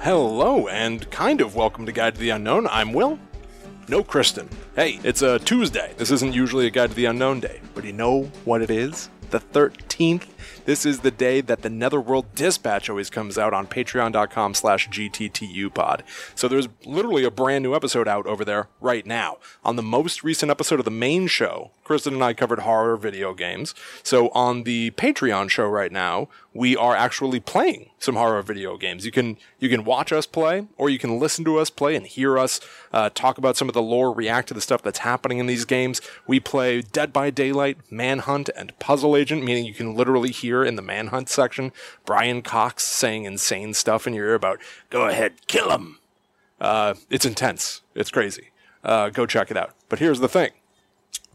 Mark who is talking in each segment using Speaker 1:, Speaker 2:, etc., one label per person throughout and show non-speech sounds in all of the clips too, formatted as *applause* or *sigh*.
Speaker 1: Hello, and kind of welcome to Guide to the Unknown. I'm Will. No, Kristen. Hey, it's a Tuesday. This isn't usually a Guide to the Unknown day, but you know what it is? The 13th. This is the day that the Netherworld Dispatch always comes out on patreon.com slash gttupod. So there's literally a brand new episode out over there right now. On the most recent episode of the main show, Kristen and I covered horror video games. So on the Patreon show right now, we are actually playing some horror video games. You can you can watch us play, or you can listen to us play and hear us uh, talk about some of the lore, react to the stuff that's happening in these games. We play Dead by Daylight, Manhunt, and Puzzle Agent, meaning you can literally hear in the Manhunt section Brian Cox saying insane stuff in your ear about "Go ahead, kill him." Uh, it's intense. It's crazy. Uh, go check it out. But here's the thing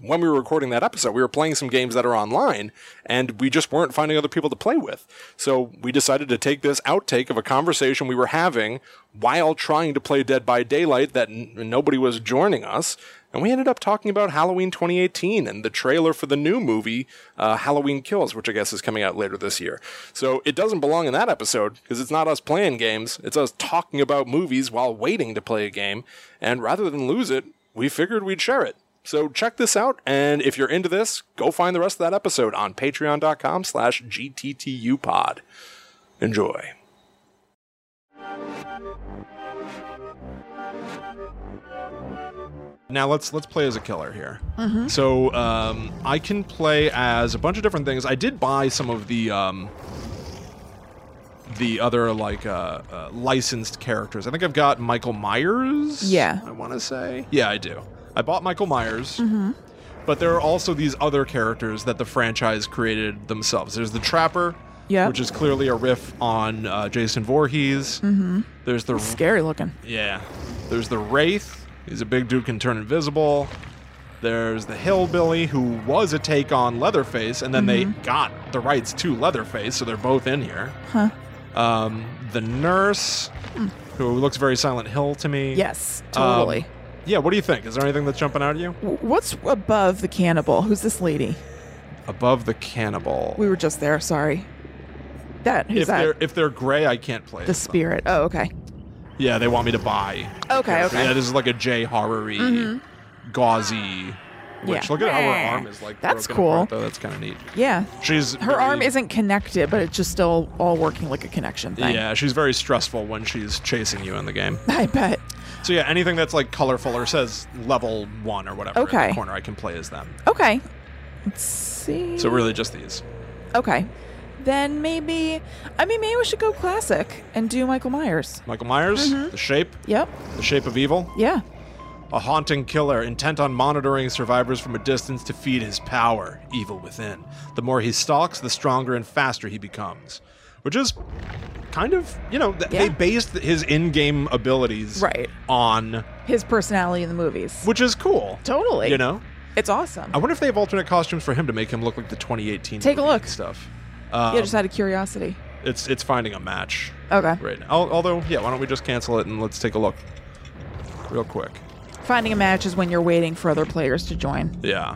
Speaker 1: when we were recording that episode, we were playing some games that are online, and we just weren't finding other people to play with. So we decided to take this outtake of a conversation we were having while trying to play Dead by Daylight that n- nobody was joining us. And we ended up talking about Halloween 2018 and the trailer for the new movie, uh, Halloween Kills, which I guess is coming out later this year. So it doesn't belong in that episode because it's not us playing games, it's us talking about movies while waiting to play a game. And rather than lose it, we figured we'd share it. So check this out, and if you're into this, go find the rest of that episode on patreon.com slash gttupod. Enjoy. Now let's let's play as a killer here. So um, I can play as a bunch of different things. I did buy some of the um, the other like uh, uh, licensed characters. I think I've got Michael Myers.
Speaker 2: Yeah.
Speaker 1: I want to say. Yeah, I do. I bought Michael Myers. But there are also these other characters that the franchise created themselves. There's the Trapper,
Speaker 2: Yeah.
Speaker 1: which is clearly a riff on uh, Jason Voorhees.
Speaker 2: Mm-hmm.
Speaker 1: There's the
Speaker 2: Scary looking.
Speaker 1: yeah. There's the Wraith. He's a big dude, can turn invisible. There's the Hillbilly, who was a take on Leatherface, and then
Speaker 2: Mm-hmm.
Speaker 1: they got the rights to Leatherface, so they're both in here.
Speaker 2: Huh.
Speaker 1: Um, the Nurse, who looks very Silent Hill to me.
Speaker 2: Yes,
Speaker 1: Um,
Speaker 2: totally.
Speaker 1: yeah, what do you think? Is there anything that's jumping out at you?
Speaker 2: W- What's above the cannibal? Who's this lady?
Speaker 1: Above the Cannibal.
Speaker 2: We were just there. Sorry. That who's
Speaker 1: if
Speaker 2: that?
Speaker 1: they're if they're gray, I can't play
Speaker 2: The
Speaker 1: it.
Speaker 2: spirit. Oh, okay.
Speaker 1: Yeah, they want me to buy. the character.
Speaker 2: Okay, okay. Mm-hmm.
Speaker 1: Yeah, this is like a J horror-y, gauzy. Which
Speaker 2: Yeah.
Speaker 1: look at how her
Speaker 2: Yeah.
Speaker 1: arm is like.
Speaker 2: That's
Speaker 1: broken apart,
Speaker 2: cool.
Speaker 1: though. That's kind of neat.
Speaker 2: Yeah.
Speaker 1: She's
Speaker 2: Her arm
Speaker 1: very-
Speaker 2: isn't connected, but it's just still all working like a connection thing.
Speaker 1: Yeah, she's very stressful when she's chasing you in the game.
Speaker 2: *laughs* I bet.
Speaker 1: So yeah, anything that's like colorful or says level one or whatever in
Speaker 2: Okay.
Speaker 1: the corner, I can play as them.
Speaker 2: Okay. Let's see.
Speaker 1: So really, just these.
Speaker 2: okay. Then maybe, I mean, maybe we should go classic and do Michael Myers.
Speaker 1: Michael Myers,
Speaker 2: Mm-hmm.
Speaker 1: the shape,
Speaker 2: Yep.
Speaker 1: the shape of evil.
Speaker 2: Yeah.
Speaker 1: A haunting killer intent on monitoring survivors from a distance to feed his power, evil within. The more he stalks, the stronger and faster he becomes. Which is kind of, you know, th- they
Speaker 2: Yeah.
Speaker 1: based his in game abilities
Speaker 2: Right.
Speaker 1: on,
Speaker 2: His personality in the movies.
Speaker 1: which is cool.
Speaker 2: Totally.
Speaker 1: You know?
Speaker 2: It's awesome.
Speaker 1: I wonder if they have alternate costumes for him to make him look like the 2018
Speaker 2: Take a
Speaker 1: movie
Speaker 2: look.
Speaker 1: and stuff. Um,
Speaker 2: yeah, just Uh. out of curiosity.
Speaker 1: it's, it's finding a match
Speaker 2: Okay.
Speaker 1: right now. Al- Although, yeah, why don't we just cancel it and let's take a look real quick.
Speaker 2: Finding a match is when you're waiting for other players to join.
Speaker 1: Yeah.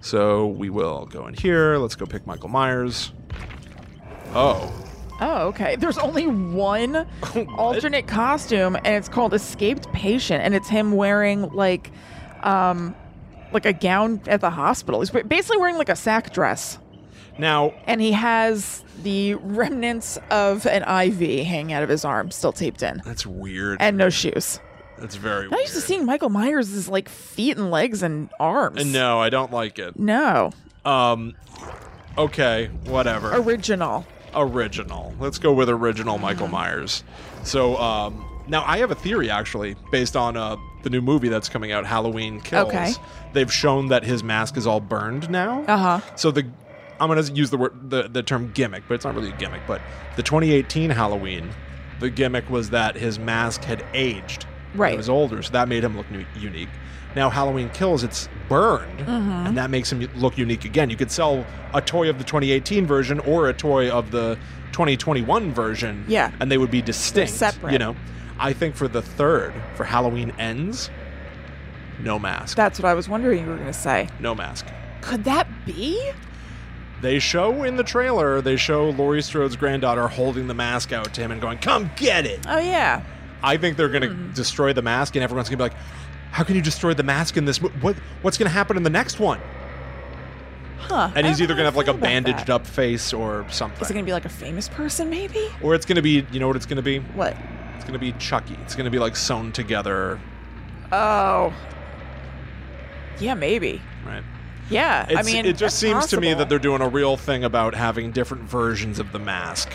Speaker 1: So we will go in here. Let's go pick Michael Myers. Oh.
Speaker 2: Oh, okay. There's
Speaker 1: *laughs*
Speaker 2: only one alternate costume, and it's called Escaped Patient, and it's him wearing like, um, like a gown at the hospital. He's basically wearing like a sack dress,
Speaker 1: Now,
Speaker 2: and he has the remnants of an IV hanging out of his arm, still taped in,
Speaker 1: that's weird.
Speaker 2: and no shoes.
Speaker 1: that's very
Speaker 2: I'm
Speaker 1: weird.
Speaker 2: used to seeing Michael Myers' like feet and legs and arms.
Speaker 1: And no, I don't like it.
Speaker 2: no,
Speaker 1: Um okay, whatever.
Speaker 2: original.
Speaker 1: original. Let's go with original Michael Myers. So, um now I have a theory actually based on uh the new movie that's coming out Halloween Kills.
Speaker 2: Okay.
Speaker 1: They've shown that his mask is all burned now.
Speaker 2: Uh huh.
Speaker 1: So the I'm gonna use the word the, the term gimmick, but it's not really a gimmick. But the 2018 Halloween, the gimmick was that his mask had aged.
Speaker 2: Right.
Speaker 1: It was older, so that made him look new, unique. Now Halloween Kills, it's burned,
Speaker 2: Mm-hmm.
Speaker 1: and that makes him look unique again. You could sell a toy of the 2018 version or a toy of the 2021 version.
Speaker 2: Yeah.
Speaker 1: And they would be distinct.
Speaker 2: separate.
Speaker 1: You know. I think for the third, for Halloween ends, no mask.
Speaker 2: That's what I was wondering you were gonna say.
Speaker 1: no mask.
Speaker 2: Could that be?
Speaker 1: They show in the trailer, they show Laurie Strode's granddaughter holding the mask out to him and going, "Come get it."
Speaker 2: Oh yeah.
Speaker 1: I think they're going to
Speaker 2: Mm-hmm.
Speaker 1: destroy the mask, and everyone's going to be like, "How can you destroy the mask in this? mo- What what's going to happen in the next one?"
Speaker 2: Huh.
Speaker 1: And
Speaker 2: I
Speaker 1: he's
Speaker 2: don't
Speaker 1: either going to
Speaker 2: really
Speaker 1: have like
Speaker 2: think
Speaker 1: a
Speaker 2: about that.
Speaker 1: bandaged up face or
Speaker 2: Is it
Speaker 1: something,
Speaker 2: gonna be like a famous person maybe?
Speaker 1: or it's going to be, you know what it's going to be?
Speaker 2: What?
Speaker 1: It's going to be Chucky. It's going to be like sewn together,
Speaker 2: Oh. Yeah, maybe.
Speaker 1: right?
Speaker 2: Yeah.
Speaker 1: It's,
Speaker 2: I mean,
Speaker 1: it just
Speaker 2: that's
Speaker 1: seems to me
Speaker 2: possible.
Speaker 1: that they're doing a real thing about having different versions of the mask.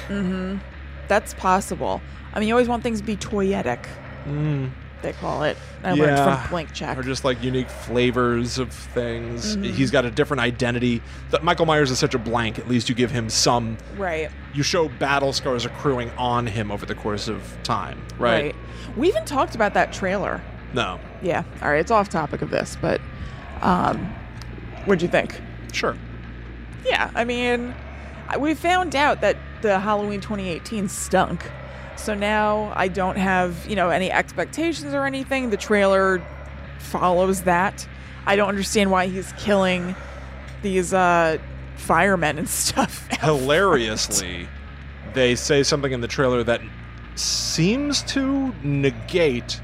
Speaker 2: that's possible. I mean, you always want things to be toyetic. They call it. I learned
Speaker 1: Mm. Yeah.
Speaker 2: from Blank Check. Mm-hmm.
Speaker 1: Or just like unique flavors of things. He's got a different identity. That Michael Myers is such a blank. At least you give him some.
Speaker 2: right.
Speaker 1: You show battle scars accruing on him over the course of time, right?
Speaker 2: We even talked about that trailer.
Speaker 1: No,
Speaker 2: Yeah. All right. It's off topic of this, but um, what'd you think?
Speaker 1: sure.
Speaker 2: Yeah. I mean, I- we found out that the Halloween 2018 stunk. So now I don't have, you know, any expectations or anything. The trailer follows that. I don't understand why he's killing these uh, firemen and *laughs* stuff.
Speaker 1: Hilariously, they say something in the trailer that seems to negate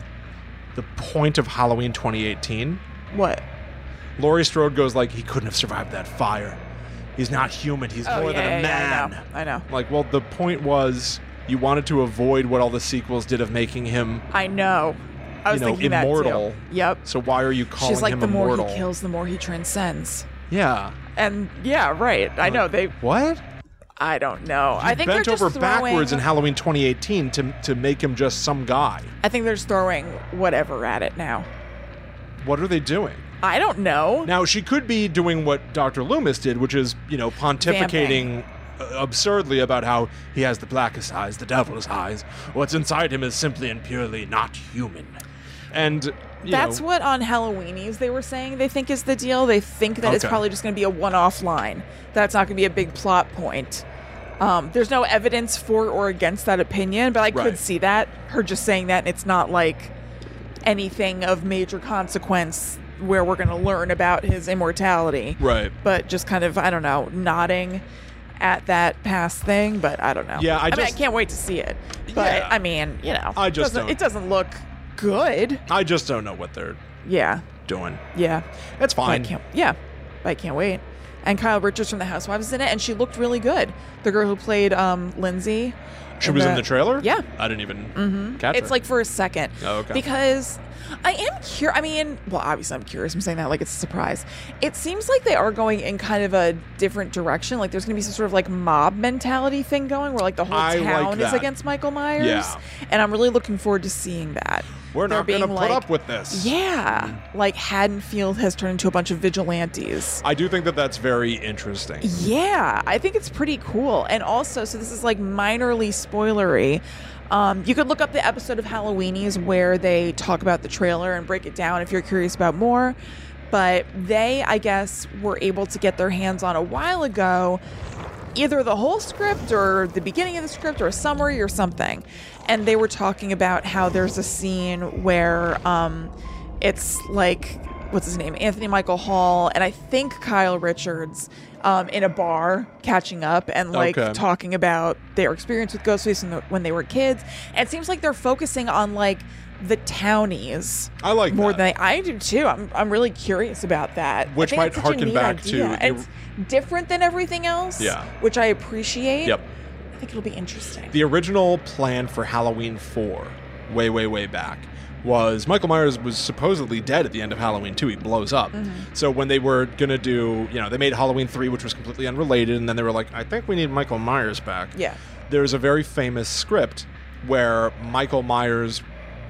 Speaker 1: the point of Halloween 2018.
Speaker 2: what?
Speaker 1: Laurie Strode goes like, he couldn't have survived that fire. He's not human. He's
Speaker 2: Oh,
Speaker 1: more than a man.
Speaker 2: I know.
Speaker 1: Like, well, the point was you wanted to avoid what all the sequels did of making him.
Speaker 2: I know. I know. I
Speaker 1: You
Speaker 2: was
Speaker 1: know,
Speaker 2: thinking
Speaker 1: immortal.
Speaker 2: that too. Yep.
Speaker 1: So why are you calling
Speaker 2: She's like,
Speaker 1: him
Speaker 2: the more
Speaker 1: immortal?
Speaker 2: he kills, the more he transcends.
Speaker 1: Yeah.
Speaker 2: And yeah, right. I know they.
Speaker 1: What?
Speaker 2: I don't know.
Speaker 1: He
Speaker 2: I think
Speaker 1: bent
Speaker 2: they're just
Speaker 1: over
Speaker 2: throwing,
Speaker 1: backwards in Halloween 2018 to to make him just some guy.
Speaker 2: I think they're just throwing whatever at it now.
Speaker 1: What are they doing?
Speaker 2: I don't know.
Speaker 1: Now she could be doing what Dr. Loomis did, which is you know pontificating. uh, Absurdly about how he has the blackest eyes, the devil's eyes. What's inside him is simply and purely not human, and you
Speaker 2: That's
Speaker 1: know,
Speaker 2: what on Halloweenies they were saying they think is the deal. They think that it's
Speaker 1: Okay.
Speaker 2: probably just going to be a one-off line. That's not going to be a big plot point. Um, there's no evidence for or against that opinion, but I
Speaker 1: Right.
Speaker 2: could see that her just saying that. And it's not like anything of major consequence where we're going to learn about his immortality,
Speaker 1: right.
Speaker 2: but just kind of I don't know, nodding at that past thing. But I don't know.
Speaker 1: Yeah, I
Speaker 2: mean,
Speaker 1: just-
Speaker 2: I can't wait to see it. But
Speaker 1: Yeah.
Speaker 2: I mean, you know,
Speaker 1: I just
Speaker 2: doesn't-
Speaker 1: don't-
Speaker 2: it doesn't look good.
Speaker 1: I just don't know what they're
Speaker 2: Yeah.
Speaker 1: doing.
Speaker 2: Yeah.
Speaker 1: It's
Speaker 2: But I
Speaker 1: fine.
Speaker 2: can't, yeah. But I can't wait. And Kyle Richards from The Housewives is in it, and she looked really good. The girl who played um, Lindsay.
Speaker 1: She was in the trailer.
Speaker 2: Yeah.
Speaker 1: I didn't even
Speaker 2: Mhm.
Speaker 1: catch
Speaker 2: It's
Speaker 1: her.
Speaker 2: like for a second.
Speaker 1: Oh, okay.
Speaker 2: Because I am curious. I mean, well, obviously I'm curious. I'm saying that like it's a surprise. It seems like they are going in kind of a different direction. Like there's going to be some sort of like mob mentality thing going where like the whole
Speaker 1: I like
Speaker 2: town is
Speaker 1: that.
Speaker 2: against Michael Myers.
Speaker 1: Yeah.
Speaker 2: And I'm really looking forward to seeing that.
Speaker 1: we're
Speaker 2: They're
Speaker 1: not going to
Speaker 2: being
Speaker 1: put
Speaker 2: like,
Speaker 1: up with this.
Speaker 2: Yeah.
Speaker 1: Mm.
Speaker 2: Like Haddonfield has turned into a bunch of vigilantes.
Speaker 1: I do think that that's very interesting.
Speaker 2: Yeah, I think it's pretty cool. And also, so this is like minorly spoilery. Um, you could look up the episode of Halloweenies where they talk about the trailer and break it down if you're curious about more. But they, I guess, were able to get their hands on a while ago either the whole script or the beginning of the script or a summary or something. And they were talking about how there's a scene where um, it's like, what's his name? Anthony Michael Hall and I think Kyle Richards um, in a bar catching up and like
Speaker 1: Okay.
Speaker 2: talking about their experience with Ghostface and the, when they were kids. And it seems like they're focusing on like the townies.
Speaker 1: I like
Speaker 2: more
Speaker 1: that.
Speaker 2: than I, I do too. I'm, I'm really curious about that. I
Speaker 1: Which
Speaker 2: think
Speaker 1: might
Speaker 2: it's such a
Speaker 1: harken
Speaker 2: neat
Speaker 1: back to
Speaker 2: idea.
Speaker 1: the-
Speaker 2: And it's different than everything else.
Speaker 1: Yeah.
Speaker 2: Which I appreciate.
Speaker 1: Yep.
Speaker 2: I think it'll be interesting.
Speaker 1: The original plan for Halloween 4, way, way, way back, was Michael Myers was supposedly dead at the end of Halloween 2. He blows up.
Speaker 2: Mm-hmm.
Speaker 1: So when they were going to do, you know, they made Halloween 3, which was completely unrelated, and then they were like, I think we need Michael Myers back.
Speaker 2: yeah.
Speaker 1: there's a very famous script where Michael Myers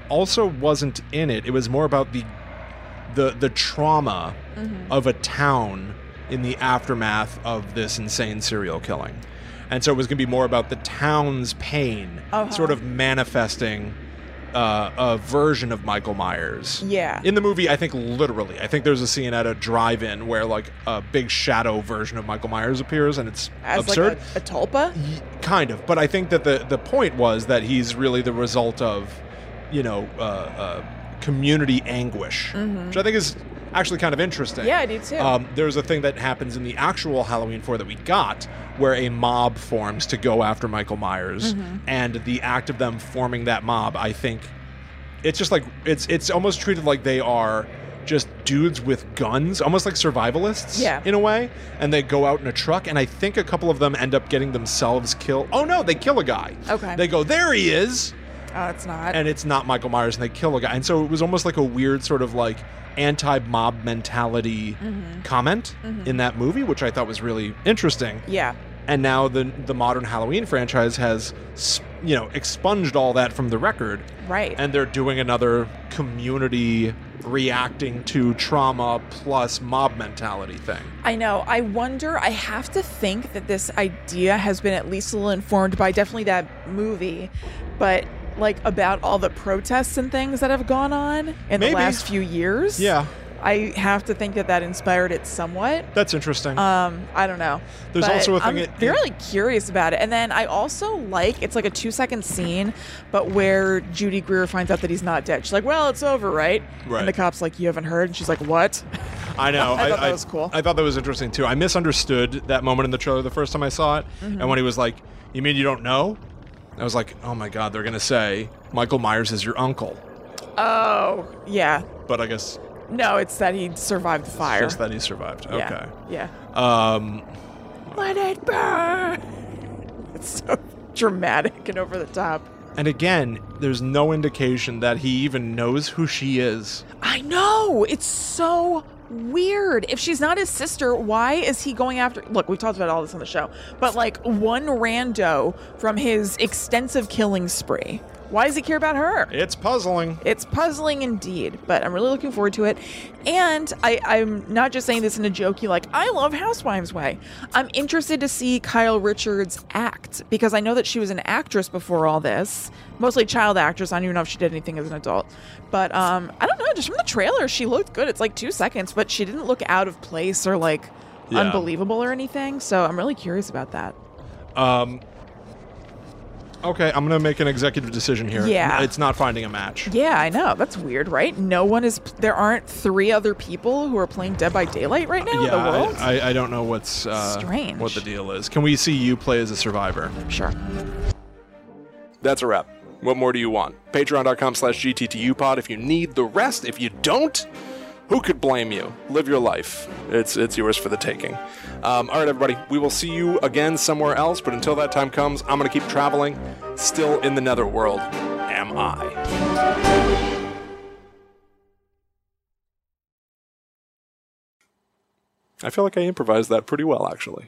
Speaker 1: also wasn't in it. It was more about the the the trauma
Speaker 2: Mm-hmm.
Speaker 1: of a town in the aftermath of this insane serial killing. And so it was going to be more about the town's pain
Speaker 2: Uh-huh.
Speaker 1: sort of manifesting uh, a version of Michael Myers.
Speaker 2: Yeah.
Speaker 1: In the movie, I think literally. I think there's a scene at a drive-in where like a big shadow version of Michael Myers appears and it's
Speaker 2: As
Speaker 1: absurd.
Speaker 2: like a, a tulpa.
Speaker 1: Y- kind of but i think that the the point was that he's really the result of you know uh, uh, community anguish which i think is actually kind of interesting.
Speaker 2: Yeah, I do too.
Speaker 1: Um, there's a thing that happens in the actual Halloween 4 that we got where a mob forms to go after Michael Myers.
Speaker 2: Mm-hmm.
Speaker 1: And the act of them forming that mob, I think it's just like it's it's almost treated like they are just dudes with guns, almost like survivalists
Speaker 2: Yeah.
Speaker 1: in a way, and they go out in a truck and I think a couple of them end up getting themselves killed. Oh no, they kill a guy.
Speaker 2: Okay.
Speaker 1: They go, "There he is."
Speaker 2: oh, it's not.
Speaker 1: and it's not Michael Myers, and they kill a guy. And so it was almost like a weird sort of like anti mob mentality
Speaker 2: Mm-hmm.
Speaker 1: comment in that movie, which I thought was really interesting.
Speaker 2: yeah.
Speaker 1: And now the the modern Halloween franchise has s- you know expunged all that from the record,
Speaker 2: Right.
Speaker 1: and they're doing another community reacting to trauma plus mob mentality thing.
Speaker 2: I know. I wonder. I have to think that this idea has been at least a little informed by definitely that movie, but like about all the protests and things that have gone on in
Speaker 1: Maybe.
Speaker 2: the last few years.
Speaker 1: Yeah,
Speaker 2: I have to think that that inspired it somewhat.
Speaker 1: that's interesting.
Speaker 2: Um, I don't know.
Speaker 1: There's
Speaker 2: But
Speaker 1: also a thing
Speaker 2: I'm
Speaker 1: it-
Speaker 2: really curious about it, and then I also like it's like a two second scene, but where Judy Greer finds out that he's not dead. She's like, "Well, it's over, right?"
Speaker 1: Right.
Speaker 2: And the cop's like, "You haven't heard," and she's like, "What?" *laughs*
Speaker 1: I know.
Speaker 2: I thought that was cool.
Speaker 1: I thought that was interesting too. I misunderstood that moment in the trailer the first time I saw it,
Speaker 2: Mm-hmm.
Speaker 1: and when he was like, "You mean you don't know?" I was like, "Oh my god, they're gonna say Michael Myers is your uncle,"
Speaker 2: Oh, yeah.
Speaker 1: but I guess
Speaker 2: No, it's that he survived the fire.
Speaker 1: just that he survived.
Speaker 2: Yeah. Yeah.
Speaker 1: Okay. Um,
Speaker 2: Let it burn. *laughs* It's so dramatic and over the top.
Speaker 1: and again, there's no indication that he even knows who she is.
Speaker 2: I know. It's so weird. If she's not his sister, why is he going after? Look, we've talked about all this on the show, but like one rando from his extensive killing spree. Why does he care about her?
Speaker 1: It's puzzling.
Speaker 2: It's puzzling indeed, but I'm really looking forward to it. And I, I'm not just saying this in a jokey, like, I love Housewives Way. I'm interested to see Kyle Richards act because I know that she was an actress before all this, mostly child actress. I don't even know if she did anything as an adult. But um, I don't know, just from the trailer, she looked good. It's like two seconds, but she didn't look out of place or like
Speaker 1: Yeah.
Speaker 2: unbelievable or anything. So I'm really curious about that.
Speaker 1: Um, okay, I'm gonna make an executive decision here.
Speaker 2: Yeah.
Speaker 1: It's not finding a match.
Speaker 2: Yeah, I know. That's weird, right? No one is. There aren't three other people who are playing Dead by Daylight right now in the
Speaker 1: I-
Speaker 2: world?
Speaker 1: I, I, don't know what's uh,
Speaker 2: Strange.
Speaker 1: What the deal is? Can we see you play as a survivor?
Speaker 2: sure.
Speaker 3: That's a wrap. What more do you want? Patreon.com slash GTTUpod if you need the rest. If you don't, who could blame you? Live your life. It's, it's yours for the taking. Um, all right, everybody. We will see you again somewhere else, but until that time comes, I'm going to keep traveling. Still in the netherworld, am I? I feel like I improvised that pretty well, actually.